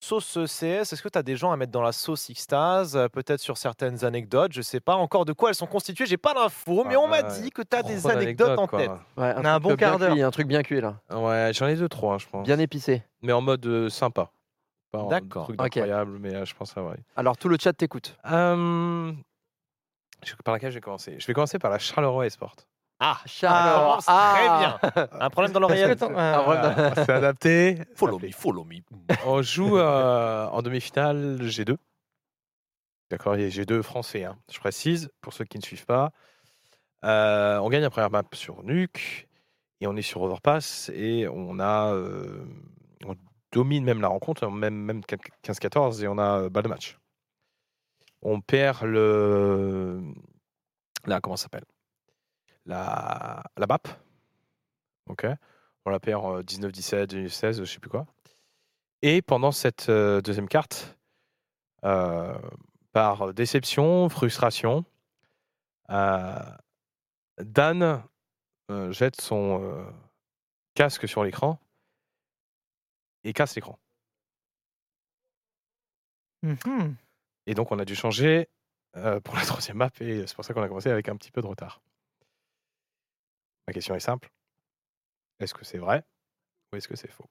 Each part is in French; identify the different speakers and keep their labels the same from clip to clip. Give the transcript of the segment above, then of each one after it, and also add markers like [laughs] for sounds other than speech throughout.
Speaker 1: sauce CS, est-ce que tu as des gens à mettre dans la sauce Xtase euh, Peut-être sur certaines anecdotes, je sais pas encore de quoi elles sont constituées, j'ai pas d'infos, mais
Speaker 2: Ah
Speaker 1: on m'a
Speaker 3: bah,
Speaker 2: ouais,
Speaker 1: dit que tu as
Speaker 2: trop
Speaker 1: des
Speaker 2: bonne
Speaker 1: anecdotes en
Speaker 2: anecdote,
Speaker 1: tête.
Speaker 2: quoi.
Speaker 3: Ouais,
Speaker 4: On a un
Speaker 3: truc
Speaker 4: bon
Speaker 3: bien
Speaker 4: quart
Speaker 3: cuit,
Speaker 4: d'heure.
Speaker 3: Un truc bien cuit, là.
Speaker 2: Ouais, j'en ai deux, trois, je pense.
Speaker 3: Bien épicé.
Speaker 2: Mais en mode euh, sympa. Pas en
Speaker 1: D'accord,
Speaker 2: truc
Speaker 3: ok.
Speaker 2: incroyable, mais euh, je pense à vrai.
Speaker 3: Alors, tout le chat t'écoute.
Speaker 2: Euh, je- Par laquelle je vais commencer Je vais commencer par la Charleroi Esport.
Speaker 1: Ah,
Speaker 3: Charleroi.
Speaker 4: oh,
Speaker 1: commence
Speaker 3: ah.
Speaker 1: très bien. Un problème dans
Speaker 4: Est-ce
Speaker 1: l'oreillette
Speaker 3: [laughs]
Speaker 4: que t'en-
Speaker 2: Ah,
Speaker 4: Ah,
Speaker 2: voilà, C'est adapté.
Speaker 1: [laughs] Follow me, follow me.
Speaker 2: On joue euh, en demi-finale G2. D'accord, il y a G2 français, hein, je précise, pour ceux qui ne suivent pas. Euh, on gagne la première map sur Nuke, et on est sur Overpass, et on a. euh, on domine même la rencontre, hein, même, même 15-14, et on a euh, bas de match. On perd le. Là, comment ça s'appelle la, la map. Ok. On la perd euh, 19-17, 19-16, je sais plus quoi. Et pendant cette euh, deuxième carte, euh, par déception, frustration, euh, Dan euh, jette son euh, casque sur l'écran et casse l'écran.
Speaker 4: Mhm.
Speaker 2: Et donc on a dû changer euh, pour la [laughs] troisième map et c'est pour ça qu'on a commencé avec un petit peu de retard. Ma question est simple. Est-ce que c'est vrai ou est-ce que c'est faux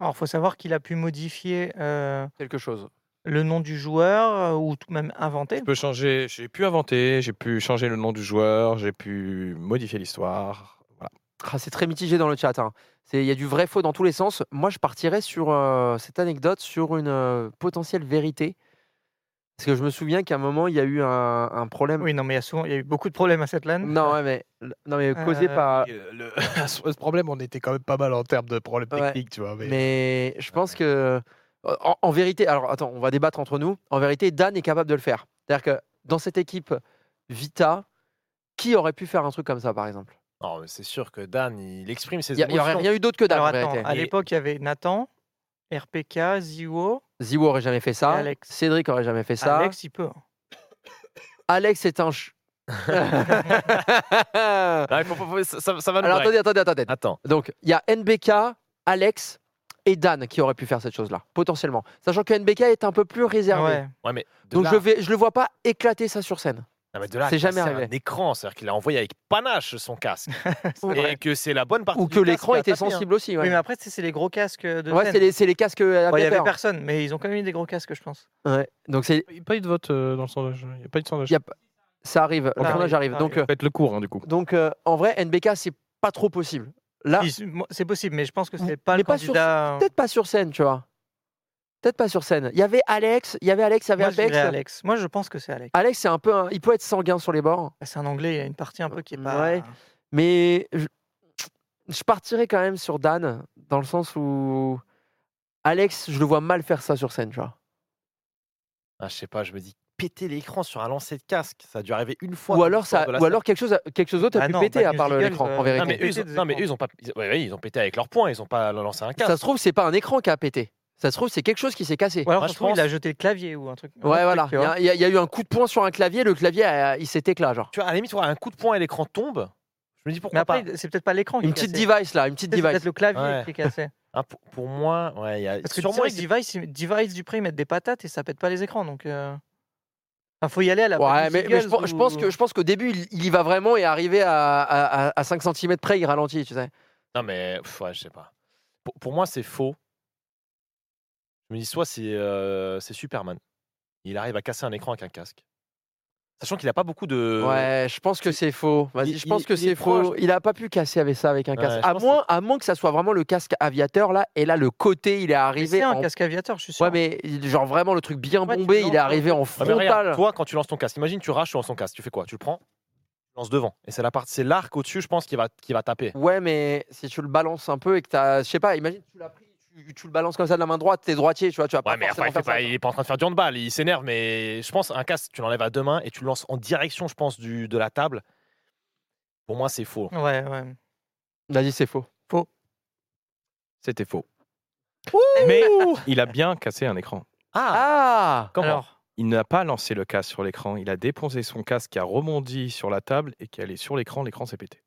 Speaker 4: Alors, faut savoir qu'il a pu modifier euh,
Speaker 3: Quelque chose.
Speaker 4: le nom du joueur euh, ou tout- même inventer.
Speaker 2: Je peux changer, j'ai pu inventer, j'ai pu changer le nom du joueur, j'ai pu modifier l'histoire. Voilà.
Speaker 3: Ah, c'est très mitigé dans le chat. hein. C'est- Il y a du vrai faux dans tous les sens. Moi, je partirais sur euh, cette anecdote, sur une euh, potentielle vérité. Parce que je me souviens qu'à un moment, il y a eu un, un problème.
Speaker 4: Oui, non, mais il y a souvent, il y a eu beaucoup de problèmes à cette LAN.
Speaker 3: Non, ouais, mais, non, mais causé
Speaker 4: Euh,
Speaker 3: par.
Speaker 2: Et, euh, le- [laughs] à ce problème, on était quand même pas mal en termes de problèmes
Speaker 3: Ouais.
Speaker 2: techniques, tu vois. Mais,
Speaker 3: Mais je pense que. En, en vérité, alors attends, on va débattre entre nous. En vérité, Dan est capable de le faire. C'est-à-dire que dans cette équipe Vita, qui aurait pu faire un truc comme ça, par exemple
Speaker 1: Non, mais c'est sûr que Dan, il exprime ses
Speaker 3: Il n'y aurait
Speaker 1: émotions.
Speaker 3: rien eu d'autre que Dan.
Speaker 4: Alors,
Speaker 3: en
Speaker 4: attends,
Speaker 3: vérité.
Speaker 4: à
Speaker 1: Et-
Speaker 4: l'époque, il y avait Nathan, RPK, Ziwo.
Speaker 3: Ziwo aurait jamais fait ça.
Speaker 4: Alex.
Speaker 3: Cédric aurait jamais fait ça.
Speaker 4: Alex, il peut. hein.
Speaker 3: Alex est un ch...
Speaker 4: [laughs]
Speaker 3: Alors
Speaker 1: Ah, il faut- faut- faut- ça, ça- ça va nous break.
Speaker 3: attendez, attendez, attendez.
Speaker 1: Attends,
Speaker 3: Donc il y a NBK, Alex et Dan qui auraient pu faire cette chose-là, potentiellement. Sachant que NBK est un peu plus réservé.
Speaker 4: Ouais.
Speaker 1: ouais, mais de
Speaker 3: Donc
Speaker 1: là-
Speaker 3: je vais, je le vois pas éclater ça sur
Speaker 4: [laughs]
Speaker 3: scène.
Speaker 1: Non, mais de là,
Speaker 3: c'est
Speaker 1: à
Speaker 3: jamais
Speaker 1: casser
Speaker 3: arrivé.
Speaker 1: un écran, c'est-à-dire qu'il a envoyé avec panache son casque.
Speaker 3: Ou-
Speaker 1: et que c'est la bonne partie.
Speaker 3: Ou
Speaker 1: du
Speaker 3: que
Speaker 1: casque
Speaker 3: l'écran
Speaker 1: qui a
Speaker 3: était
Speaker 1: tapé, hein.
Speaker 3: sensible aussi.
Speaker 4: Oui,
Speaker 3: Ouais,
Speaker 4: mais après, tu sais, c'est les gros casques euh, de.
Speaker 3: Ouais,
Speaker 4: scène.
Speaker 3: c'est les, c'est les casques euh, à
Speaker 4: Bon, Il y avait
Speaker 3: vapeur.
Speaker 4: personne, mais ils ont quand même eu des gros casques, je pense.
Speaker 3: Ouais. Donc c'est,
Speaker 2: Il n'y a pas eu de vote euh, dans le sondage. Il n'y a pas eu de sondage.
Speaker 3: Y a ça arrive. Le
Speaker 4: Ça
Speaker 3: tournage
Speaker 4: arrive,
Speaker 3: arrive.
Speaker 4: ça
Speaker 3: Donc,
Speaker 2: Faites le cours, hein, du coup.
Speaker 3: euh, donc euh, en vrai, NBK c'est pas trop possible. Là,
Speaker 4: Si, c'est- moi, C'est possible, mais je pense que
Speaker 3: Vous-
Speaker 4: c'est pas le
Speaker 3: mais pas sur-
Speaker 4: candidat.
Speaker 3: peut-être pas sur scène, tu vois. Peut-être pas sur scène. Il y avait Alex, il y avait Alex, il y avait
Speaker 4: Moi, je dirais
Speaker 3: Apex.
Speaker 4: Alex. Moi, je pense que c'est Alex.
Speaker 3: Alex, c'est un peu, un- il peut être sanguin sur les bords.
Speaker 4: C'est un anglais, il y a une partie un peu qui est pas.
Speaker 3: Ouais. Mais je, je partirais quand même sur Dan, dans le sens où Alex, je le vois mal faire ça sur scène, tu vois.
Speaker 1: Ah, je sais pas, je me dis péter l'écran sur un lancer de casque, ça a dû arriver une fois.
Speaker 3: Ou
Speaker 1: dans
Speaker 3: alors,
Speaker 1: l'histoire
Speaker 3: ça,
Speaker 1: de la
Speaker 3: ou alors quelque chose, a- quelque chose d'autre a
Speaker 4: Ah
Speaker 3: pu
Speaker 4: non,
Speaker 3: péter
Speaker 4: Bad
Speaker 3: à
Speaker 4: News
Speaker 3: part le-
Speaker 4: Eagles,
Speaker 3: l'écrran,
Speaker 4: euh,
Speaker 3: en
Speaker 4: non,
Speaker 1: Non
Speaker 3: vérité.
Speaker 1: mais, eux, ils ont,
Speaker 4: Péter des
Speaker 1: non, mais eux, ils ont pas. ils- ouais, ouais, ils ont pété avec leurs poings, ils ont pas lancé un
Speaker 3: Ça
Speaker 1: casque.
Speaker 3: se trouve, c'est pas un écran qui a pété. Ça se trouve, c'est quelque chose qui s'est cassé.
Speaker 4: Ou alors,
Speaker 1: Moi,
Speaker 4: ça se
Speaker 1: je
Speaker 4: trouve, il
Speaker 1: pense-
Speaker 4: a jeté le clavier ou un truc. un
Speaker 3: Ouais,
Speaker 4: autre truc,
Speaker 3: voilà.
Speaker 4: tu
Speaker 3: Il y,
Speaker 4: vois.
Speaker 3: a- il y a- il y a eu un coup de poing sur un clavier, le clavier, a- il s'est éclat, genre.
Speaker 1: Tu vois, à la limite, ouais, un coup de poing et l'écran tombe. Je me dis
Speaker 4: Mais
Speaker 1: pourquoi
Speaker 4: après,
Speaker 1: pas.
Speaker 4: c'est peut-être pas l'écran qui
Speaker 3: ah. Une
Speaker 4: est
Speaker 3: petite
Speaker 4: cassé.
Speaker 3: device, là, une petite
Speaker 4: Peut-être c'est
Speaker 3: device.
Speaker 4: peut-être le clavier
Speaker 1: Ouais.
Speaker 4: qui est
Speaker 3: [laughs]
Speaker 4: cassé.
Speaker 1: Hein, pour, pour moi, ouais, il y a
Speaker 4: Parce que
Speaker 1: sûrement,
Speaker 4: c'est vrai que
Speaker 1: ils-
Speaker 4: device, device du prix, ils mettent des patates et ça pète pas les écrans. Donc, euh... enfin, faut y aller à la.
Speaker 3: Ouais,
Speaker 4: Bad News
Speaker 3: mais, mais je,
Speaker 4: Eagles
Speaker 3: pense- je pense
Speaker 4: ou-
Speaker 3: que je pense qu'au début, il, il y va vraiment et arrivé à, à, à- à 5 cm près, il ralentit, tu sais.
Speaker 1: Non, mais pff, ouais, je sais pas. Pour, pour moi, c'est faux. Je me dis, soit c'est euh, c'est Superman. Il arrive à casser un écran avec un casque. Sachant qu'il a pas beaucoup de.
Speaker 4: Euh,
Speaker 3: ouais, je pense que c'est faux. Vas-y,
Speaker 1: il-
Speaker 3: je pense
Speaker 1: il-
Speaker 3: que
Speaker 1: il est
Speaker 3: c'est faux.
Speaker 1: proche.
Speaker 3: Il a pas pu casser avec ça avec un
Speaker 1: Ouais,
Speaker 3: casque.
Speaker 1: je
Speaker 3: à
Speaker 1: pense
Speaker 3: moins, à moins que ça soit vraiment le casque aviateur là. Et là, le côté, il est
Speaker 4: Mais C'est
Speaker 3: arrivé.
Speaker 4: un
Speaker 3: en...
Speaker 4: casque aviateur, je suis sûr.
Speaker 3: Ouais, mais il- genre vraiment le truc bien
Speaker 4: Ouais, tu
Speaker 3: bombé.
Speaker 4: lances
Speaker 3: Il est arrivé en
Speaker 1: Ah, mais regarde,
Speaker 3: frontal.
Speaker 1: toi, quand tu lances ton casque, imagine, tu raches sur son casque. Tu fais quoi Tu le prends, tu le lances devant. Et c'est la partie, c'est l'arc au-dessus, je pense, qui va, qui va taper.
Speaker 3: Ouais, mais si tu le balances un peu et que t'as, je sais pas, imagine tu l'as pris, tu, tu le balances comme ça de la main droite, t'es droitier, tu vois, tu vas
Speaker 1: Ouais,
Speaker 3: pas
Speaker 1: mais enfin,
Speaker 3: forcément
Speaker 1: il, fait
Speaker 3: faire ça.
Speaker 1: pas, il est pas en train de faire du handball, il s'énerve, mais je pense un casque, tu l'enlèves à deux mains et tu le lances en direction, je pense, du, de la table. Pour moi, c'est faux.
Speaker 4: Ouais, ouais.
Speaker 3: Vas-y, c'est faux.
Speaker 2: C'était faux.
Speaker 3: [laughs]
Speaker 2: Mais il a bien cassé un écran.
Speaker 1: Ah,
Speaker 3: Ah,
Speaker 1: comment
Speaker 4: Alors,
Speaker 2: Il n'a pas lancé le casque sur l'écran. Il a déposé son casque qui a rebondi sur la table et qui allait sur l'écran. L'écran s'est pété.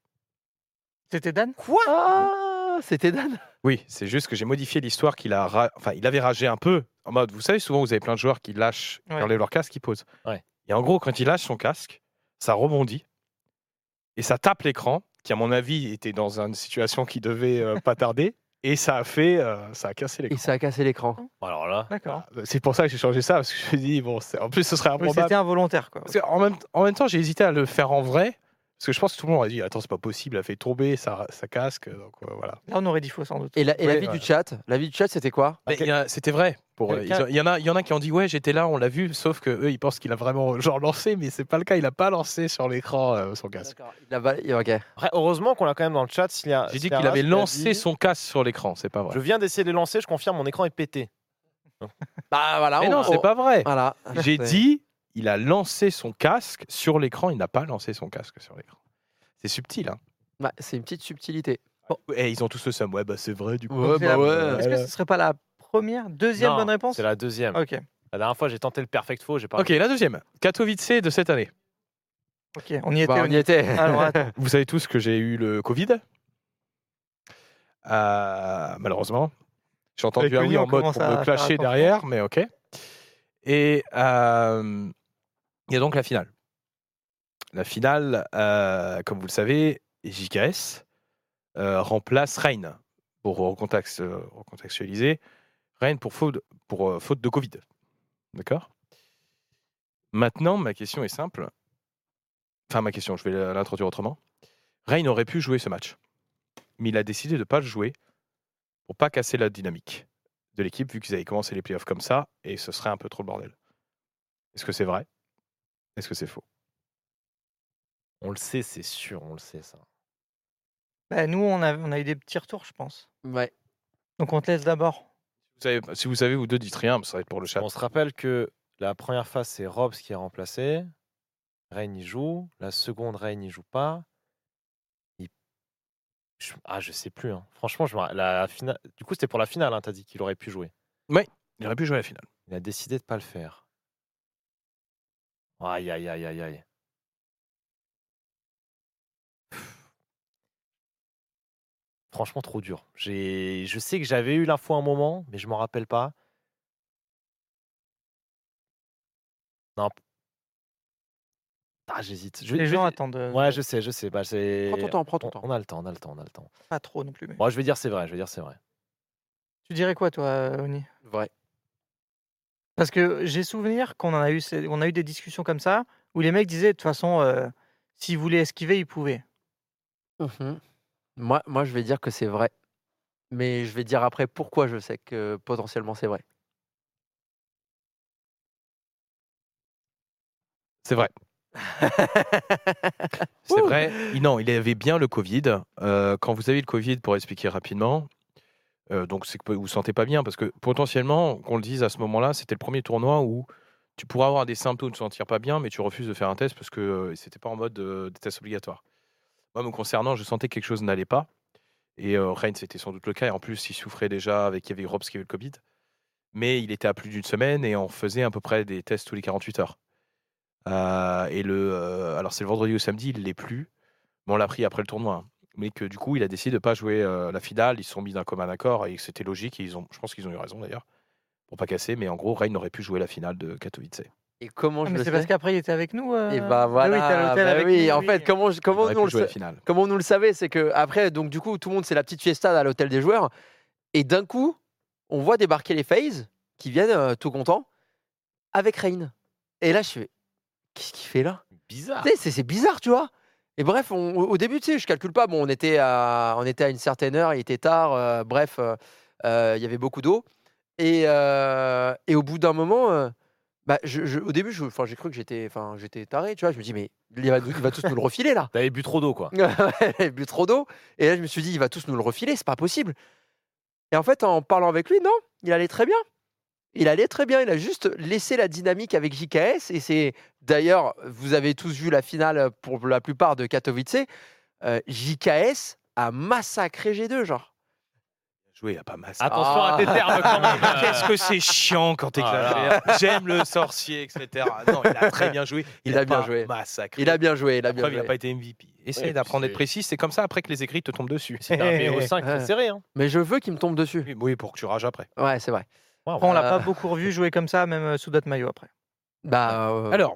Speaker 4: c'était Dan
Speaker 1: Quoi
Speaker 3: Ah Ah, c'était Dan.
Speaker 2: Oui, c'est juste que j'ai modifié l'histoire qu'il a, ra- enfin, il avait ragé un peu. En mode, vous savez, souvent, vous avez plein de joueurs qui lâchent, qui
Speaker 4: Ouais.
Speaker 2: enlèvent leur casque, qui posent.
Speaker 1: Ouais.
Speaker 2: Et en gros, quand il lâche son casque, ça rebondit et ça tape l'écran, qui, à mon avis, était dans une situation qui devait euh, pas
Speaker 4: [laughs]
Speaker 2: tarder. Et ça a fait, euh, ça a cassé
Speaker 3: Et
Speaker 2: l'écran.
Speaker 3: ça a cassé l'écran.
Speaker 1: Alors là,
Speaker 4: D'accord.
Speaker 2: C'est pour ça que j'ai changé ça, parce que je me dis, bon, c'est- en plus, ce serait
Speaker 4: Oui,
Speaker 2: improbable.
Speaker 4: c'était involontaire, quoi.
Speaker 2: Parce que en, même, en même temps, j'ai hésité à le faire en vrai, parce que je pense que tout le monde a dit Attends, c'est pas possible, elle a fait tomber sa, sa casque. Donc euh, voilà.
Speaker 4: Là, on aurait dit faux, sans doute.
Speaker 3: Et la- et
Speaker 2: Ouais,
Speaker 3: l'avis
Speaker 2: ouais.
Speaker 3: du chat, l'avis du chat, c'était quoi
Speaker 2: Mais il y a- C'était vrai. Pour, euh, ils
Speaker 4: Quelqu'un-
Speaker 2: ont- il, y en a, il y en a qui ont dit Ouais, j'étais là, on l'a vu, sauf que eux, ils pensent qu'il a vraiment genre lancé, mais c'est pas le cas, il a pas lancé sur l'écran euh, son casque.
Speaker 3: Il a val- Ok.
Speaker 1: Après, heureusement qu'on l'a quand même dans le chat. s'il y a-
Speaker 2: J'ai
Speaker 1: s'il
Speaker 2: dit
Speaker 1: y a
Speaker 2: qu'il
Speaker 1: Ras
Speaker 2: avait
Speaker 1: qui a
Speaker 2: lancé
Speaker 1: dit,
Speaker 2: son casque sur l'écran, c'est pas vrai.
Speaker 1: Je viens d'essayer de les lancer, je confirme, mon écran est pété.
Speaker 3: Bah voilà.
Speaker 2: Mais
Speaker 3: on-
Speaker 2: non, c'est
Speaker 3: on-
Speaker 2: pas vrai.
Speaker 3: Voilà.
Speaker 2: J'ai
Speaker 1: Ah,
Speaker 3: C'est-
Speaker 2: dit Il a lancé son casque sur l'écran, il n'a pas lancé son casque sur l'écran. C'est subtil, hein.
Speaker 3: Bah, c'est une petite subtilité.
Speaker 2: Et ils ont tous le seum. Ouais, bah c'est vrai, du coup.
Speaker 3: Ouais,
Speaker 4: C'est
Speaker 3: bah
Speaker 4: la-
Speaker 3: ouais.
Speaker 4: Est-ce que ce serait pas la première, deuxième
Speaker 1: Non,
Speaker 4: bonne réponse
Speaker 1: C'est la deuxième.
Speaker 4: Ok,
Speaker 1: La dernière fois, j'ai tenté le perfect faux, j'ai pas.
Speaker 2: Ok, la deuxième. Katowice de cette année.
Speaker 4: ok, on y était.
Speaker 3: Bah,
Speaker 4: on
Speaker 3: on y était. [laughs]
Speaker 4: était. Alors, attends.
Speaker 2: [laughs] Vous savez tous que j'ai eu le Covid. Euh, malheureusement. J'ai entendu
Speaker 4: Avec
Speaker 2: un
Speaker 4: le
Speaker 2: oui
Speaker 4: nid,
Speaker 2: en
Speaker 4: on
Speaker 2: mode
Speaker 4: commence
Speaker 2: pour
Speaker 4: à
Speaker 2: me
Speaker 4: faire
Speaker 2: clasher
Speaker 4: attention.
Speaker 2: derrière, mais ok. Et euh, il y a donc la finale. La finale, euh, comme vous le savez, JKS euh, remplace Reign pour recontexte- euh, recontextualiser. Reign pour faute, pour, euh, faute de Covid. D'accord Maintenant, ma question est simple. Enfin, ma question, je vais la- l'introduire autrement. Reign aurait pu jouer ce match, mais il a décidé de ne pas le jouer pour pas casser la dynamique de l'équipe, vu qu'ils avaient commencé les playoffs comme ça, et ce serait un peu trop le bordel. Est-ce que c'est vrai Est-ce que c'est faux
Speaker 1: On le sait, c'est sûr, on le sait ça.
Speaker 4: Bah, nous, on a, on a eu des petits retours, je pense.
Speaker 3: Ouais.
Speaker 4: Donc, on te laisse d'abord.
Speaker 2: Vous savez- Si vous savez, vous deux dites rien, mais ça va être pour le chat.
Speaker 1: On se rappelle que la première phase, c'est Robs qui est remplacé. Reign y joue. La seconde, Reign n'y joue pas. Il- Je... Ah, je sais plus. hein. Franchement, je me ra- la finale... du coup, c'était pour la finale, hein, t'as dit qu'il aurait pu jouer.
Speaker 2: Il aurait pu jouer la finale.
Speaker 1: Il a décidé de pas le faire. Aïe, aïe, aïe, aïe, aïe. Franchement, trop dur. J'ai- Je sais que j'avais eu l'info un moment, mais je m'en rappelle pas. Non. Ah, j'hésite. Je vais-
Speaker 4: Les
Speaker 1: je vais-
Speaker 4: gens attendent. euh,
Speaker 1: Ouais, je sais, je sais. Bah, c'est-
Speaker 3: Prends ton temps, prends ton
Speaker 1: on-
Speaker 3: temps.
Speaker 1: On a le temps, on a le temps, on a le temps.
Speaker 4: Pas trop non plus. mais-
Speaker 1: Moi, je vais dire c'est vrai, je vais dire c'est vrai.
Speaker 4: Tu dirais quoi, toi, euh, Oni
Speaker 3: Vrai.
Speaker 4: Parce que j'ai souvenir qu'on en a eu, ces- on a eu des discussions comme ça où les mecs disaient de toute façon, euh, s'ils voulaient esquiver, ils pouvaient.
Speaker 3: Oh, Mhm. Moi, moi, je vais dire que c'est vrai. Mais je vais dire après pourquoi je sais que potentiellement c'est vrai.
Speaker 2: C'est vrai. C'est vrai. Il- Non, il avait bien le Covid. Euh, quand vous avez le Covid, pour expliquer rapidement, euh, donc c'est que vous vous sentez pas bien parce que potentiellement, qu'on le dise à ce moment-là, c'était le premier tournoi où tu pourras avoir des symptômes, te sentir pas bien, mais tu refuses de faire un test parce que euh, c'était pas en mode euh, des tests obligatoires. Moi, me concernant, je sentais que quelque chose n'allait pas. Et euh, Reigns, c'était sans doute le cas. Et en plus, il souffrait déjà avec il y avait Robs qui avait le Covid. Mais il était à plus d'une semaine et on faisait à peu près des tests tous les 48 heures. Euh, et le, euh, alors c'est le vendredi ou samedi, il l'est plus. Mais on l'a pris après le tournoi. hein. Mais que du coup, il a décidé de pas jouer euh, la finale. Ils se sont mis d'un commun accord et c'était logique. Et ils ont, je pense qu'ils ont eu raison d'ailleurs pour pas casser. Mais en gros, Reign aurait pu jouer la finale de Katowice.
Speaker 3: Et comment
Speaker 4: Ah,
Speaker 3: je
Speaker 4: mais
Speaker 3: le
Speaker 4: c'est parce
Speaker 3: sais
Speaker 4: qu'après, il était avec nous. euh,
Speaker 3: Et
Speaker 4: ah
Speaker 3: bah voilà.
Speaker 4: oui, t'es à l'hôtel
Speaker 3: bah
Speaker 4: avec
Speaker 3: oui,
Speaker 4: nous,
Speaker 3: en
Speaker 4: oui.
Speaker 3: fait, comment je-
Speaker 2: il
Speaker 3: comment
Speaker 2: aurait
Speaker 3: nous on
Speaker 2: pu
Speaker 3: le
Speaker 2: jouer
Speaker 3: sa-
Speaker 2: la finale.
Speaker 3: Comme on nous le savait, c'est que après, donc du coup, tout le monde, c'est la petite fiesta à l'hôtel des joueurs. Et d'un coup, on voit débarquer les FaZe qui viennent euh, tout contents avec Reign. Et là, je fais, qu'est-ce qu'il fait là
Speaker 1: Bizarre.
Speaker 3: Tu sais, C'est c'est bizarre, tu vois. Et bref, on- au au début, tu sais, je calcule pas. Bon, on était à, on était à une certaine heure, il était tard. euh, bref, euh, euh, il y avait beaucoup d'eau. Et, euh, et au bout d'un moment, euh, bah, je- je- au début, je- enfin, j'ai cru que j'étais, enfin, j'étais taré, tu vois. Je me dis, mais il va, nous- il va tous nous le refiler là.
Speaker 1: T'avais bu trop d'eau,
Speaker 3: [laughs]
Speaker 1: quoi.
Speaker 3: J'ai bu trop d'eau. Et là, je me suis dit, il va tous nous le refiler, c'est pas possible. Et en fait, en parlant avec lui, non, il allait très bien. Il allait très bien. Il a juste laissé la dynamique avec JKS. Et c'est d'ailleurs, vous avez tous vu la finale pour la plupart de Katowice. euh, JKS a massacré G2, genre.
Speaker 2: jouer, il n'y a pas masse.
Speaker 1: Attention à tes termes quand même. euh.
Speaker 2: Ah. Qu'est-ce que c'est chiant quand t'exagères. J'aime le sorcier, etc. Non, il a très bien joué.
Speaker 3: Il
Speaker 2: n'a
Speaker 3: a bien
Speaker 2: pas
Speaker 3: joué.
Speaker 2: Massacré.
Speaker 3: Il a bien joué, il a
Speaker 2: La
Speaker 3: bien
Speaker 2: preuve, il
Speaker 3: joué.
Speaker 2: n'a pas été MVP. Essaye
Speaker 1: puis
Speaker 2: d'apprendre à être
Speaker 1: c'est-
Speaker 2: précis. C'est comme ça après que les écrits te tombent [laughs] dessus.
Speaker 1: C'est un
Speaker 4: [laughs]
Speaker 1: BO 5
Speaker 3: Ouais.
Speaker 1: c'est serré. Hein.
Speaker 3: Mais je veux qu'il me tombe dessus.
Speaker 2: Oui, oui, pour que tu rages après.
Speaker 3: Ouais, c'est vrai.
Speaker 1: Waouh.
Speaker 4: Après, on l'a
Speaker 3: Euh.
Speaker 4: pas beaucoup revu jouer comme ça, même euh, sous d'autres maillots après.
Speaker 3: Bah, euh,
Speaker 2: Alors,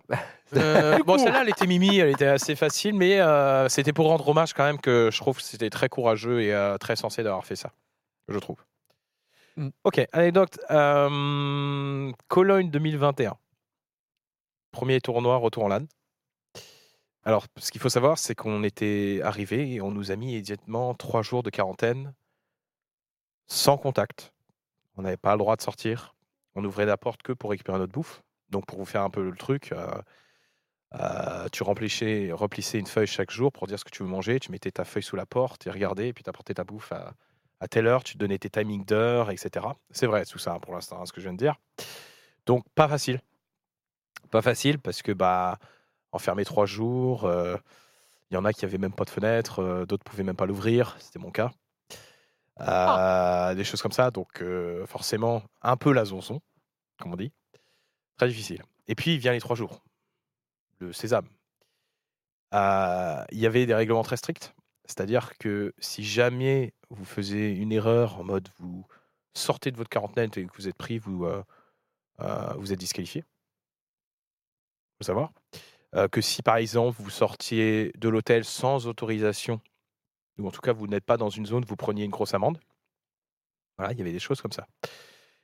Speaker 2: euh, bon, celle-là, elle était mimi, elle était assez facile, mais euh, c'était pour rendre hommage quand même que je trouve que c'était très courageux et euh, très sensé d'avoir fait ça, je trouve.
Speaker 3: Mm.
Speaker 2: Ok, anecdote. euh, Cologne 2021. Premier tournoi, retour en LAN. Alors, ce qu'il faut savoir, c'est qu'on était arrivé et on nous a mis immédiatement trois jours de quarantaine sans contact. On n'avait pas le droit de sortir. On ouvrait la porte que pour récupérer notre bouffe. Donc, pour vous faire un peu le truc, euh, euh, tu remplissais, remplissais une feuille chaque jour pour dire ce que tu veux manger. Tu mettais ta feuille sous la porte et regardais, et puis tu apportais ta bouffe à, à telle heure. Tu te donnais tes timings d'heure, etc. C'est vrai, tout ça, hein, pour l'instant, hein, ce que je viens de dire. Donc, pas facile. Pas facile parce que, bah, enfermé trois jours, euh, il y en a qui n'avaient même pas de fenêtre, euh, d'autres pouvaient même pas l'ouvrir. C'était mon cas. Euh, Des choses comme ça. Donc, euh, forcément, un peu la zonzon, comme on dit. Très difficile. Et puis, il vient les trois jours. Le sésame. Euh, Il y avait des règlements très stricts. C'est-à-dire que si jamais vous faisiez une erreur en mode vous sortez de votre quarantaine et que vous êtes pris, vous, euh, euh, vous êtes disqualifié. faut savoir. Euh, que si par exemple vous sortiez de l'hôtel sans autorisation, ou en tout cas vous n'êtes pas dans une zone, vous preniez une grosse amende. Voilà, il y avait des choses comme ça.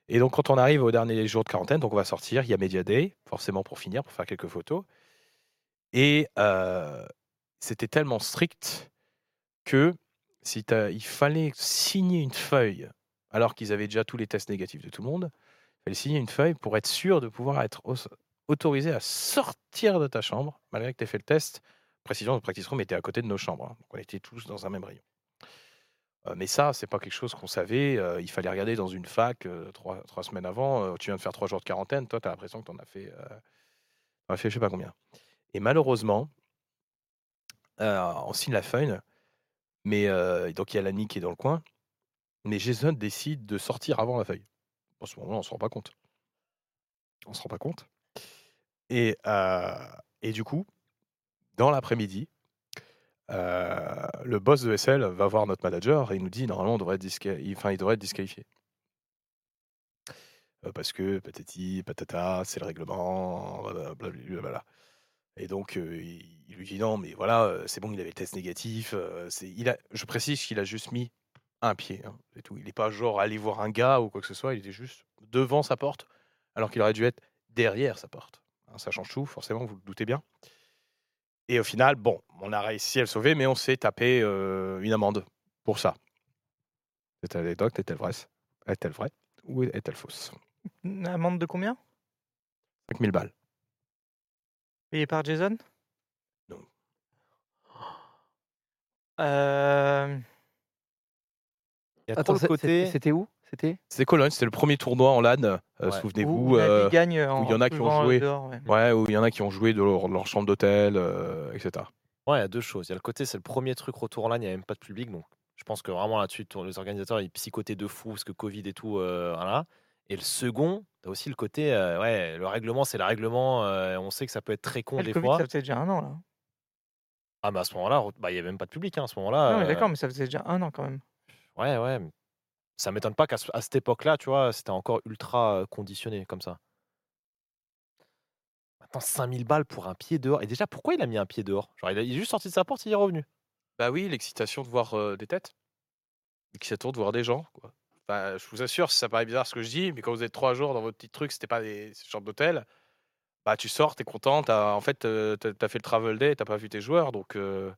Speaker 2: Et donc, quand on arrive au dernier jour de quarantaine, donc on va sortir, il y a Media Day, forcément pour finir, pour faire quelques photos. Et euh, c'était tellement strict que si t'as- il fallait signer une feuille, alors qu'ils avaient déjà tous les tests négatifs de tout le monde, il fallait signer une feuille pour être sûr de pouvoir être au- autorisé à sortir de ta chambre, malgré que tu aies fait le test. Précision, le practice room était à côté de nos chambres. hein. donc on était tous dans un même rayon. Euh, mais ça, c'est pas quelque chose qu'on savait. euh, il fallait regarder dans une fac euh, trois, trois semaines avant. euh, tu viens de faire trois jours de quarantaine. Toi, tu as l'impression que tu en as fait, euh, t'en as fait je sais pas combien. Et malheureusement, euh, on signe la feuille. Mais euh, donc, il y a l'ami qui est dans le coin. Mais Jason décide de sortir avant la feuille. En ce moment-là, on se rend pas compte. On se rend pas compte. Et, euh, et du coup, dans l'après-midi, euh, le boss de SL va voir notre manager et il nous dit normalement on devrait être disqual- il- enfin, il devrait être disqualifié. Euh, parce que patati, patata, c'est le règlement, blablabla. Et donc euh, il, il lui dit non, mais voilà, euh, c'est bon, il avait le test négatif. euh, c'est- il a, je précise qu'il a juste mis un pied, hein, c'est tout. Il n'est pas genre allé voir un gars ou quoi que ce soit, il était juste devant sa porte, alors qu'il aurait dû être derrière sa porte. Hein, ça change tout, forcément, vous le doutez bien. Et au final, bon, on a réussi à le sauver, mais on s'est tapé euh, une amende pour ça. Cette anecdote est-elle vraie Est-elle vraie ou est-elle fausse
Speaker 4: Une amende de combien
Speaker 2: 5000 balles.
Speaker 4: Payé par Jason
Speaker 2: Non.
Speaker 4: Euh,
Speaker 1: Il y a trop
Speaker 3: attends,
Speaker 1: le
Speaker 3: c'est-
Speaker 1: côté.
Speaker 3: c'est- c'était où C'était
Speaker 2: C'était Cologne, c'était le premier tournoi en LAN, euh,
Speaker 1: Ouais.
Speaker 2: souvenez-vous.
Speaker 4: où la
Speaker 2: euh,
Speaker 4: vie gagne en
Speaker 2: il y en a qui ont
Speaker 4: soulevant, euh,
Speaker 2: joué.
Speaker 4: dehors, ouais.
Speaker 2: ouais, où il y en a qui ont joué de leur, leur chambre d'hôtel, euh, etc.
Speaker 1: Ouais, il y a deux choses. Il y a le côté, c'est le premier truc retour en ligne, il n'y a même pas de public. Donc, je pense que vraiment là-dessus, tour- les organisateurs, ils psychotaient de fou parce que Covid et tout. euh, voilà. Et le second, tu as aussi le côté, euh, ouais, le règlement, c'est le règlement. euh, on sait que ça peut être très con
Speaker 4: Ouais,
Speaker 1: des
Speaker 4: le Covid,
Speaker 1: fois.
Speaker 4: ça faisait déjà un an là.
Speaker 1: Ah, mais à ce moment-là, re- bah, il y n'y avait même pas de public hein, à ce
Speaker 2: Ah,
Speaker 1: moment-là.
Speaker 4: Non, mais
Speaker 1: euh,
Speaker 4: d'accord, mais ça faisait déjà un an quand même.
Speaker 1: Ouais, ouais. mais Ça m'étonne pas qu'à ce- à cette époque-là, tu vois, c'était encore ultra euh, conditionné comme ça. Maintenant, 5000 balles pour un pied dehors. Et déjà, pourquoi il a mis un pied dehors Genre, il a- il est juste sorti de sa porte, il est revenu.
Speaker 2: Bah oui, l'excitation de voir euh, des têtes. L'excitation de voir des gens, quoi. Enfin, je vous assure, ça paraît bizarre ce que je dis, mais quand vous êtes trois jours dans votre petit truc, c'était pas des chambres d'hôtel, bah tu sors, t'es content, t'as- en fait, euh, t'as t'as fait le travel day, t'as pas vu tes joueurs, donc... euh,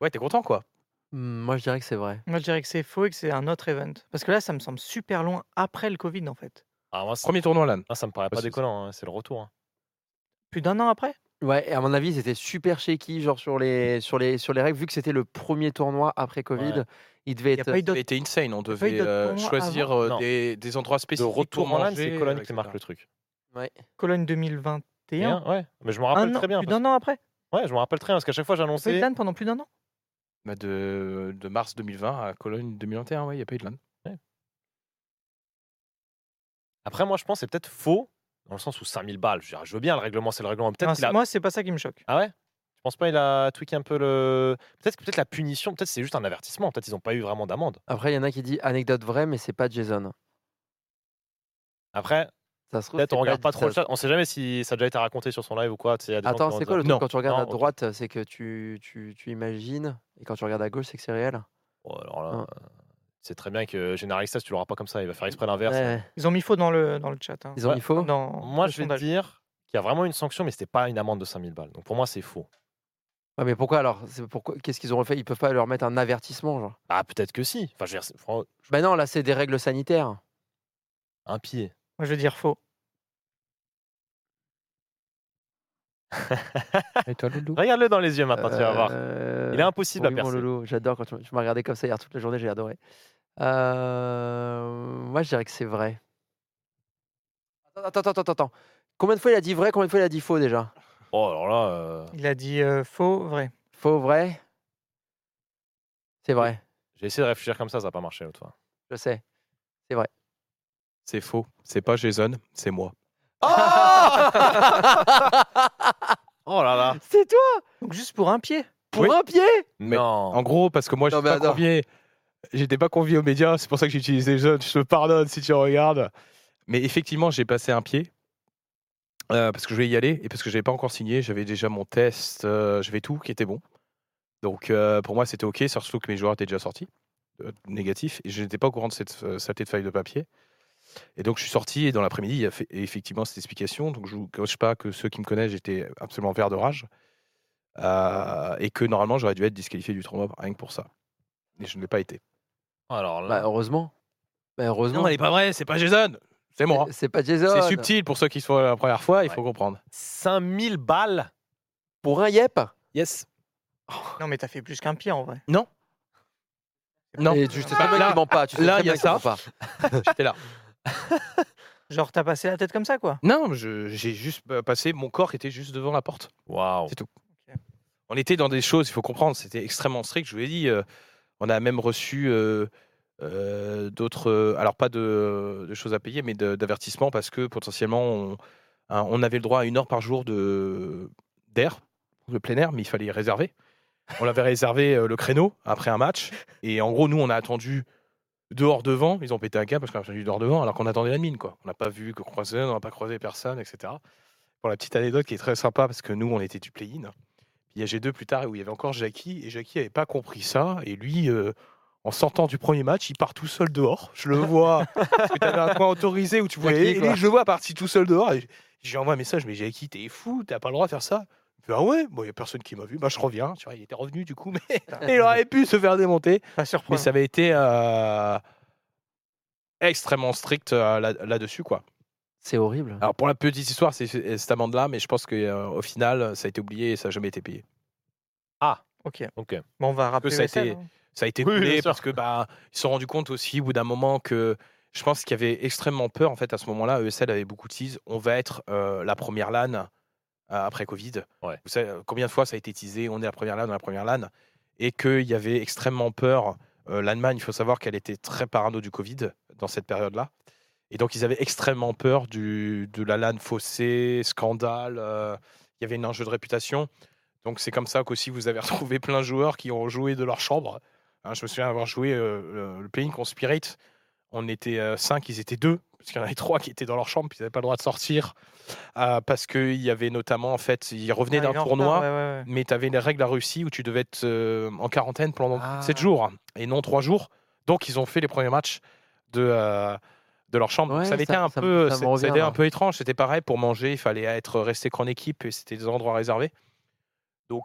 Speaker 2: Ouais, t'es content, quoi.
Speaker 3: Hmm, Moi, je dirais que c'est vrai.
Speaker 4: Moi, je dirais que c'est faux et que c'est un autre event. Parce que là, ça me semble super loin après le Covid en fait.
Speaker 1: Ah, moi, ça,
Speaker 2: Premier tournoi LAN.
Speaker 1: moi, ça me paraît
Speaker 2: Ouais,
Speaker 1: pas
Speaker 2: c'est-
Speaker 1: déconnant, hein, c'est le retour. hein.
Speaker 4: Plus d'un an après
Speaker 3: Ouais, et à mon avis, c'était super shaky, genre
Speaker 1: Mmh.
Speaker 3: sur les, sur les, sur les règles, vu que c'était le premier tournoi après Covid.
Speaker 1: Ouais.
Speaker 3: Il devait
Speaker 4: Il n'y a
Speaker 3: être.
Speaker 4: pas eu d'autres.
Speaker 2: C'était insane, on
Speaker 4: pas eu
Speaker 2: devait
Speaker 4: d'autres
Speaker 2: euh,
Speaker 4: tournois
Speaker 2: choisir
Speaker 1: avant
Speaker 2: euh,
Speaker 1: Non.
Speaker 2: des, des endroits
Speaker 1: Le
Speaker 2: spécifiques
Speaker 1: retour
Speaker 2: pour
Speaker 1: en LAN,
Speaker 2: manger, euh,
Speaker 1: c'est Cologne qui
Speaker 2: etc.
Speaker 1: marque le truc.
Speaker 4: Cologne
Speaker 1: Et
Speaker 4: 2021.
Speaker 1: un, ouais, mais je me
Speaker 4: Un
Speaker 1: rappelle
Speaker 4: an,
Speaker 1: très bien.
Speaker 4: plus
Speaker 1: parce-
Speaker 4: d'un an après.
Speaker 1: Ouais, je me rappelle très bien parce qu'à chaque fois,
Speaker 4: Covid
Speaker 1: j'annonçais.
Speaker 4: LAN pendant plus d'un an.
Speaker 2: Bah, de, de mars 2020 à Cologne 2021, ouais, il n'y a pas eu de LAN.
Speaker 1: Après, moi, je pense que c'est peut-être faux, dans le sens où 5000 balles. Je veux, dire, je veux bien, le règlement, c'est le règlement. Peut-être
Speaker 4: Enfin,
Speaker 1: qu'il a-
Speaker 4: Moi, c'est pas ça qui me choque.
Speaker 1: Ah ouais Je pense pas il a tweaké un peu le. Peut-être que peut-être la punition, peut-être c'est juste un avertissement. Peut-être ils n'ont pas eu vraiment d'amende.
Speaker 3: Après, il y en a qui dit anecdote vraie, mais c'est pas Jason.
Speaker 1: Après,
Speaker 3: Ça se trouve.
Speaker 1: peut-être
Speaker 3: c'est
Speaker 1: on regarde
Speaker 3: pas
Speaker 1: pas trop le
Speaker 3: Jason.
Speaker 1: chat. On sait jamais si ça a déjà été raconté sur son live ou quoi. tu sais, il y a des gens qui
Speaker 3: Attends,
Speaker 1: vont
Speaker 3: c'est
Speaker 1: dire-
Speaker 3: quoi le truc
Speaker 2: Non,
Speaker 3: quand tu regardes
Speaker 1: non,
Speaker 3: à
Speaker 1: ok.
Speaker 3: droite, c'est que tu, tu, tu imagines, et quand tu regardes à gauche, c'est que c'est réel.
Speaker 1: Oh, alors là,
Speaker 3: Hein.
Speaker 1: euh, c'est très bien que Généralista, tu l'auras pas comme ça. Il va faire exprès l'inverse.
Speaker 3: Ouais,
Speaker 4: Ils ont mis faux dans le, dans le chat. hein.
Speaker 3: Ils ont
Speaker 1: Ouais.
Speaker 3: mis faux.
Speaker 4: Dans
Speaker 1: Moi,
Speaker 4: le
Speaker 1: je vais te
Speaker 4: sondage.
Speaker 1: dire qu'il y a vraiment une sanction, mais c'était pas une amende de 5000 balles. Donc pour moi, c'est faux.
Speaker 3: Ouais, Ah, mais pourquoi alors C'est pourquoi Qu'est-ce qu'ils ont refait Ils peuvent pas leur mettre un avertissement, genre.
Speaker 1: Ah, peut-être que si. Enfin, je veux dire, c'est- franchement,
Speaker 3: Ben non, là, c'est des règles sanitaires.
Speaker 1: un pied.
Speaker 4: Moi, je vais dire faux.
Speaker 2: Et toi, Loulou
Speaker 1: Regarde-le dans les yeux maintenant, tu vas voir.
Speaker 3: Euh,
Speaker 1: Il est impossible à
Speaker 3: oui, mon
Speaker 1: percer.
Speaker 3: loulou, j'adore quand tu, m- tu m'as regardé comme ça hier toute la journée, j'ai adoré. Euh, moi, je dirais que c'est vrai. Attends, attends, attends, attends. Combien de fois il a dit vrai, combien de fois il a dit faux déjà
Speaker 1: Oh, alors là. euh,
Speaker 4: Il a dit euh, faux, vrai.
Speaker 3: Faux, vrai C'est vrai,
Speaker 1: J'ai essayé de réfléchir comme ça, ça n'a pas marché l'autre fois.
Speaker 3: je sais.
Speaker 2: C'est faux. C'est pas Jason, c'est moi.
Speaker 1: Oh là là
Speaker 3: C'est toi
Speaker 4: Donc juste pour un pied.
Speaker 3: Pour
Speaker 2: Oui.
Speaker 3: un pied
Speaker 2: Mais
Speaker 1: Non
Speaker 2: En gros, parce que moi,
Speaker 3: Non,
Speaker 2: j'étais
Speaker 3: mais
Speaker 2: pas
Speaker 3: attends.
Speaker 2: convié. J'étais pas convié aux médias, c'est pour ça que j'ai utilisé Jason. Je te pardonne si tu regardes. Mais effectivement, j'ai passé un pied. euh, parce que je voulais y aller et parce que j'avais pas encore signé, j'avais déjà mon test, euh, j'avais tout qui était bon. Donc euh, pour moi c'était ok, surtout que mes joueurs étaient déjà sortis, euh, négatif, et je n'étais pas au courant de cette euh, saleté de feuille de papier. Et donc je suis sorti et dans l'après-midi il y a fait- effectivement cette explication. Donc je vous cache pas que ceux qui me connaissent j'étais absolument vert de rage Euh, et que normalement j'aurais dû être disqualifié du tournoi rien que pour ça. Et je ne l'ai pas été.
Speaker 1: Alors Oh là.
Speaker 3: Bah,
Speaker 2: oh.
Speaker 3: heureusement. Bah, heureusement.
Speaker 2: elle n'est pas vrai, c'est pas Jason, c'est moi.
Speaker 3: C'est- C'est pas Jason.
Speaker 2: hein. C'est subtil pour ceux qui sont la première fois, il faut comprendre.
Speaker 1: 5000 balles
Speaker 3: Pour un yep
Speaker 2: Yes.
Speaker 4: Non, mais t'as fait plus qu'un pied en vrai.
Speaker 2: Non,
Speaker 3: Et tu je sais
Speaker 2: Bah,
Speaker 3: très bien
Speaker 2: là-
Speaker 3: qu'il ment pas. Tu sais
Speaker 2: là,
Speaker 3: très
Speaker 2: il y a
Speaker 3: bien qu'il ment
Speaker 2: ça.
Speaker 3: pas.
Speaker 2: j'étais là.
Speaker 4: Genre, t'as passé la tête comme ça, quoi.
Speaker 2: Non, je- j'ai juste euh, passé, mon corps était juste devant la porte.
Speaker 1: Waouh
Speaker 2: C'est tout. On était dans des choses, il faut comprendre, c'était extrêmement strict. Je vous l'ai dit, euh, on a même reçu euh, euh, d'autres, euh, alors pas de, de choses à payer, mais de- d'avertissements parce que potentiellement, on, hein, on avait le droit à une heure par jour de d'air, de plein air, mais il fallait réserver. On avait réservé euh, le créneau après un match. Et en gros, nous, on a attendu dehors devant. Ils ont pété un câble parce qu'on a attendu dehors devant alors qu'on attendait la mine. Quoi. On n'a pas vu que croiser, on n'a pas croisé personne, etc. Pour la petite anecdote qui est très sympa parce que nous, on était du play-in. Puis Il y a G2 plus tard où il y avait encore Jackie et Jackie n'avait pas compris ça. Et lui, euh, en sortant du premier match, il part tout seul dehors. Je le [laughs] vois. parce que tu avais un coin autorisé où tu pouvais.
Speaker 4: Jackie,
Speaker 2: et
Speaker 4: quoi.
Speaker 2: lui, je le vois partir tout seul dehors. Et je lui envoie un message Mais Jackie, t'es fou, t'as pas le droit de faire ça. Il fait, Ah ouais, bon, il n'y a personne qui m'a vu. Bah, je reviens. Tu vois, il était revenu du coup, [laughs] mais [laughs] il aurait pu se faire démonter.
Speaker 4: Pas
Speaker 2: Mais
Speaker 4: surprenant.
Speaker 2: ça avait été euh, extrêmement strict euh, là- là-dessus, quoi.
Speaker 3: C'est horrible.
Speaker 2: Alors, pour la petite histoire, c'est c'est cette amende-là, mais je pense qu'au au final, ça a été oublié et ça n'a jamais été payé.
Speaker 4: Ok.
Speaker 1: Ok.
Speaker 4: Bon, on va rappeler
Speaker 2: ça a
Speaker 4: Wessel,
Speaker 2: été-
Speaker 4: hein.
Speaker 2: Ça a été
Speaker 1: Oui, bien
Speaker 2: oublié
Speaker 1: sûr.
Speaker 2: parce que bah, ils se sont rendus compte aussi, au bout d'un moment, que je pense qu'il y avait extrêmement peur, en fait, à ce moment-là. ESL avait beaucoup de tease. On va être euh, la première LAN euh, après Covid.
Speaker 1: Ouais.
Speaker 2: Vous savez, euh, combien de fois ça a été teasé On est la première LAN, on est la première LAN. Et qu'il y avait extrêmement peur. Euh, L'Allemagne, il faut savoir qu'elle était très parano du Covid dans cette période-là. Et donc, ils avaient extrêmement peur du, de la LAN faussée, scandale. euh, il y avait un enjeu de réputation. Donc, c'est comme ça qu'aussi vous avez [laughs] retrouvé plein de joueurs qui ont joué de leur chambre. Hein, je me souviens avoir joué euh, le, le Playing Conspirate. On était euh, cinq, ils étaient deux, parce qu'il y en avait [laughs] trois qui étaient dans leur chambre, puis ils n'avaient pas le droit de sortir. euh, parce qu'il y avait notamment, en fait, ils revenaient
Speaker 4: Ah,
Speaker 2: d'un
Speaker 4: il est en
Speaker 2: tournoi,
Speaker 4: retard, ouais, ouais, ouais.
Speaker 2: mais tu avais les règles à Russie où tu devais être euh, en quarantaine pendant
Speaker 1: Ah.
Speaker 2: 7 jours et non 3 jours. Donc ils ont fait les premiers matchs de, euh, de leur chambre. Donc,
Speaker 3: Ouais,
Speaker 2: ça avait
Speaker 3: ça-
Speaker 2: été un
Speaker 3: ça me-
Speaker 2: peu
Speaker 3: ça me
Speaker 2: c'est-
Speaker 3: revient,
Speaker 2: ça a été
Speaker 3: là.
Speaker 2: un peu étrange. C'était pareil pour manger, il fallait être resté qu'en équipe et c'était des endroits réservés. Donc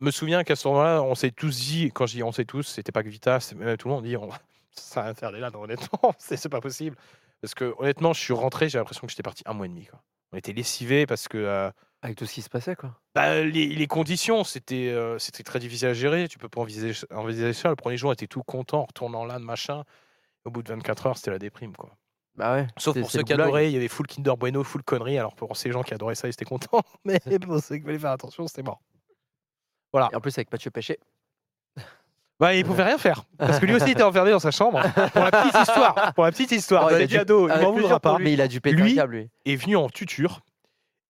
Speaker 2: je me souviens qu'à ce moment-là, on s'est tous dit, quand je dis on s'est tous, c'était pas que Vita, c'est même tout le monde dit on, [laughs] ça interdit là, non, honnêtement, [laughs] c'est c'est pas possible. Parce que honnêtement, je suis rentré, j'ai l'impression que j'étais parti un mois et demi. quoi. On était lessivés parce que euh,
Speaker 3: Avec tout ce qui se passait, quoi.
Speaker 2: bah, les, les conditions, c'était euh, c'était très difficile à gérer. Tu peux pas envisager, envisager ça. Le premier jour, on était tout content, retournant là, de machin. Au bout de 24 heures, c'était la déprime. quoi.
Speaker 3: Bah ouais.
Speaker 2: Sauf
Speaker 3: c'est-
Speaker 2: pour
Speaker 3: c'est
Speaker 2: ceux
Speaker 3: le
Speaker 2: qui
Speaker 3: goulag.
Speaker 2: adoraient, il y avait full Kinder Bueno, full conneries. Alors pour ces gens qui adoraient ça, ils étaient [laughs] contents. Mais pour ceux qui voulaient faire attention, c'était mort. [laughs]
Speaker 3: Et en plus, avec Mathieu Péché.
Speaker 2: Bah, il pouvait rien faire. Parce que lui aussi était enfermé dans sa chambre. Pour la petite histoire. Pour la petite histoire.
Speaker 3: Oh,
Speaker 2: il
Speaker 3: il a
Speaker 2: a
Speaker 3: dû-
Speaker 2: dit ado,
Speaker 3: Ah,
Speaker 2: il m'en
Speaker 3: plusieurs
Speaker 2: voudra
Speaker 3: pour
Speaker 2: pas.
Speaker 3: lui. Mais il a dû péter
Speaker 2: Lui-
Speaker 3: un câble, lui.
Speaker 2: est venu en tuture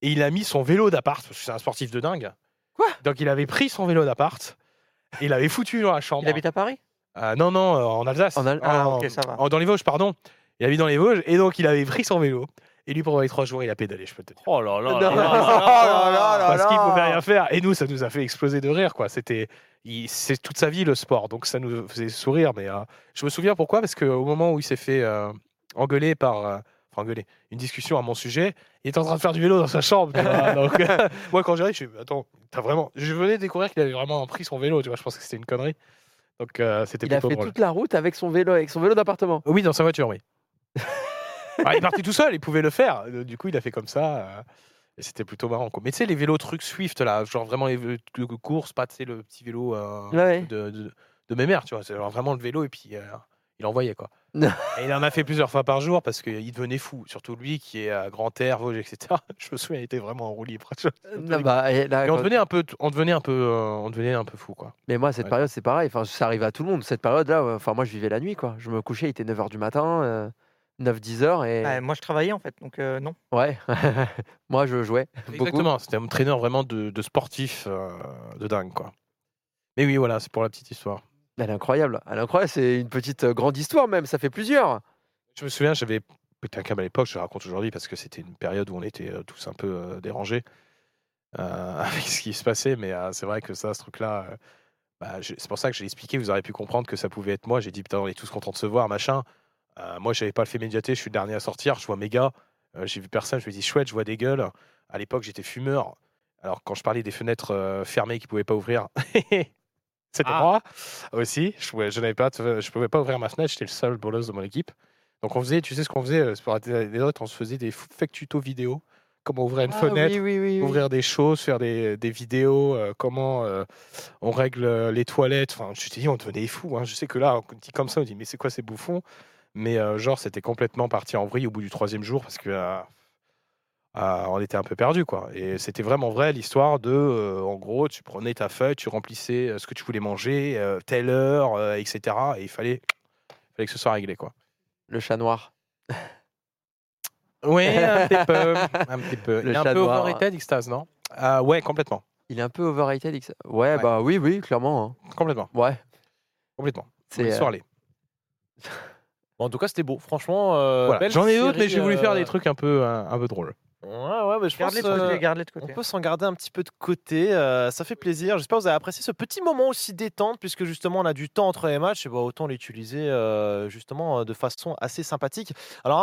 Speaker 2: et il a mis son vélo d'appart, parce que c'est un sportif de dingue.
Speaker 3: Quoi
Speaker 2: Donc il avait pris son vélo d'appart, et il l'avait foutu dans la
Speaker 3: Oh,
Speaker 2: chambre.
Speaker 4: Il habite à Paris
Speaker 2: Euh, non, non, euh, en Alsace.
Speaker 3: En Al-
Speaker 4: Ah, ok, ça va.
Speaker 2: en- dans les Vosges, pardon. Il habite dans les Vosges, et donc il avait pris son vélo. Et lui, pendant les trois jours, il a pédalé, je peux te dire.
Speaker 1: Oh là là. là là
Speaker 2: [laughs]
Speaker 3: Non.
Speaker 1: là.
Speaker 3: Ah
Speaker 2: Parce qu'il
Speaker 3: là.
Speaker 2: pouvait rien faire. Et nous, ça nous a fait exploser de rire, quoi. C'était, il- c'est toute sa vie le sport, donc ça nous faisait sourire. Mais euh, je me souviens pourquoi, parce qu'au moment où il s'est fait euh, engueuler par, euh, enfin, engueuler, une discussion à mon sujet, il était en train de faire du vélo dans sa chambre. tu
Speaker 3: [laughs]
Speaker 2: vois. Donc, euh, moi, quand j'arrive, je suis, attends, t'as vraiment, je venais de découvrir qu'il avait vraiment pris son vélo. Tu vois, je pense que c'était une connerie. Donc, euh, c'était
Speaker 3: Il a
Speaker 2: plutôt
Speaker 3: fait
Speaker 2: drôle.
Speaker 3: toute la route avec son vélo, avec son vélo d'appartement.
Speaker 2: Oui, dans sa voiture,
Speaker 3: [laughs]
Speaker 2: oui. Ah, il est parti tout seul, il pouvait le faire. Euh, Du coup, il a fait comme ça. euh, et c'était plutôt marrant. Quoi. Mais tu sais, les vélos trucs Swift, là, genre vraiment les vélos de course, pas tu sais, le petit vélo euh,
Speaker 3: Ouais.
Speaker 2: de, de, de mes mères, tu vois. C'est genre vraiment le vélo et puis euh, il envoyait quoi.
Speaker 3: [laughs] Non.
Speaker 2: et il en a fait plusieurs fois par jour parce qu'il devenait fou. Surtout lui qui est à Grand Air, Vosges, etc. [laughs] Je me souviens, il était vraiment en roue libre.
Speaker 3: Non, bah, et là,
Speaker 2: Et on
Speaker 3: quand-
Speaker 2: devenait un peu, on devenait un peu, euh, on devenait un peu fou quoi.
Speaker 3: Mais moi, cette
Speaker 2: Ouais.
Speaker 3: période, c'est pareil. Enfin, ça arrivait à tout le monde. Cette période-là, euh, enfin, moi, je vivais la nuit, quoi. Je me couchais, il était 9h du matin, 9-10 heures. Et...
Speaker 4: Euh, moi, je travaillais en fait, donc euh, non.
Speaker 3: Ouais. [laughs] moi, je jouais beaucoup.
Speaker 2: Exactement, c'était un traîneur vraiment de, de sportif euh, de dingue quoi. Mais oui, voilà, c'est pour la petite histoire.
Speaker 3: Elle est incroyable. Elle est incroyable. C'est une petite euh, grande histoire, même. Ça fait plusieurs.
Speaker 2: Je me souviens, j'avais pété un câble à l'époque, je le raconte aujourd'hui parce que c'était une période où on était euh, tous un peu euh, dérangés euh, [laughs] avec ce qui se passait, mais euh, c'est vrai que ça, ce truc-là, euh, bah, je- c'est pour ça que j'ai expliqué, vous auriez pu comprendre que ça pouvait être moi. J'ai dit, putain, on est tous contents de se voir, machin. Euh, moi, j'avais pas le fait médiaté, je suis le dernier à sortir, je vois mes gars, euh, j'ai vu personne, je me dis, chouette, je vois des gueules. À l'époque, j'étais fumeur. Alors, quand je parlais des fenêtres euh, fermées qui pouvaient pas ouvrir, [laughs] c'était
Speaker 1: Ah.
Speaker 2: moi aussi. Je, pouvais- je n'avais pas, je pouvais pas ouvrir ma fenêtre, j'étais le seul bolos de mon équipe. Donc on faisait, tu sais ce qu'on faisait euh, c'est pour attirer les autres, on se faisait des f- fake tutos vidéo, comment ouvrir une
Speaker 3: Ah,
Speaker 2: fenêtre,
Speaker 3: oui, oui, oui, oui.
Speaker 2: ouvrir des choses, faire des, des vidéos, euh, comment euh, on règle euh, les toilettes. Enfin, je te dis, on devenait fou. Je sais que là, on dit comme ça, on dit mais c'est quoi ces bouffons Mais euh, genre, c'était complètement parti en vrille au bout du troisième jour parce que euh, euh, on était un peu perdu quoi. Et c'était vraiment vrai l'histoire de, euh, en gros, tu prenais ta feuille, tu remplissais euh, ce que tu voulais manger, euh, telle heure, euh, etc. Et il fallait, fallait que ce soit réglé quoi.
Speaker 3: Le chat noir.
Speaker 2: Oui,
Speaker 3: [laughs]
Speaker 2: un petit peu. Un petit peu.
Speaker 3: Le
Speaker 2: Il est un
Speaker 3: chat
Speaker 2: peu
Speaker 3: noir.
Speaker 2: overrated, Xtase, non Ah Ouais, complètement.
Speaker 3: Il est un peu overrated. X- Ouais,
Speaker 2: Ouais.
Speaker 3: bah oui, oui, clairement. hein.
Speaker 2: Complètement.
Speaker 3: Ouais.
Speaker 2: Complètement.
Speaker 3: C'est,
Speaker 2: Laisse
Speaker 3: euh,
Speaker 2: parler.
Speaker 1: Bon, en tout cas, c'était beau. Franchement, euh,
Speaker 2: Voilà.
Speaker 1: belle
Speaker 2: J'en ai d'autres, mais
Speaker 1: série,
Speaker 2: j'ai voulu faire
Speaker 1: euh,
Speaker 2: des trucs un peu, un, un peu drôles.
Speaker 1: Ouais, ouais, mais je pense.
Speaker 4: Garde-les de
Speaker 1: euh,
Speaker 4: côté, garde-les de
Speaker 1: On
Speaker 4: côté.
Speaker 1: peut s'en garder un petit peu de côté, euh, ça fait plaisir. J'espère que vous avez apprécié ce petit moment aussi détente, puisque justement on a du temps entre les matchs, et bah, autant l'utiliser euh, justement euh, de façon assez sympathique. Alors, un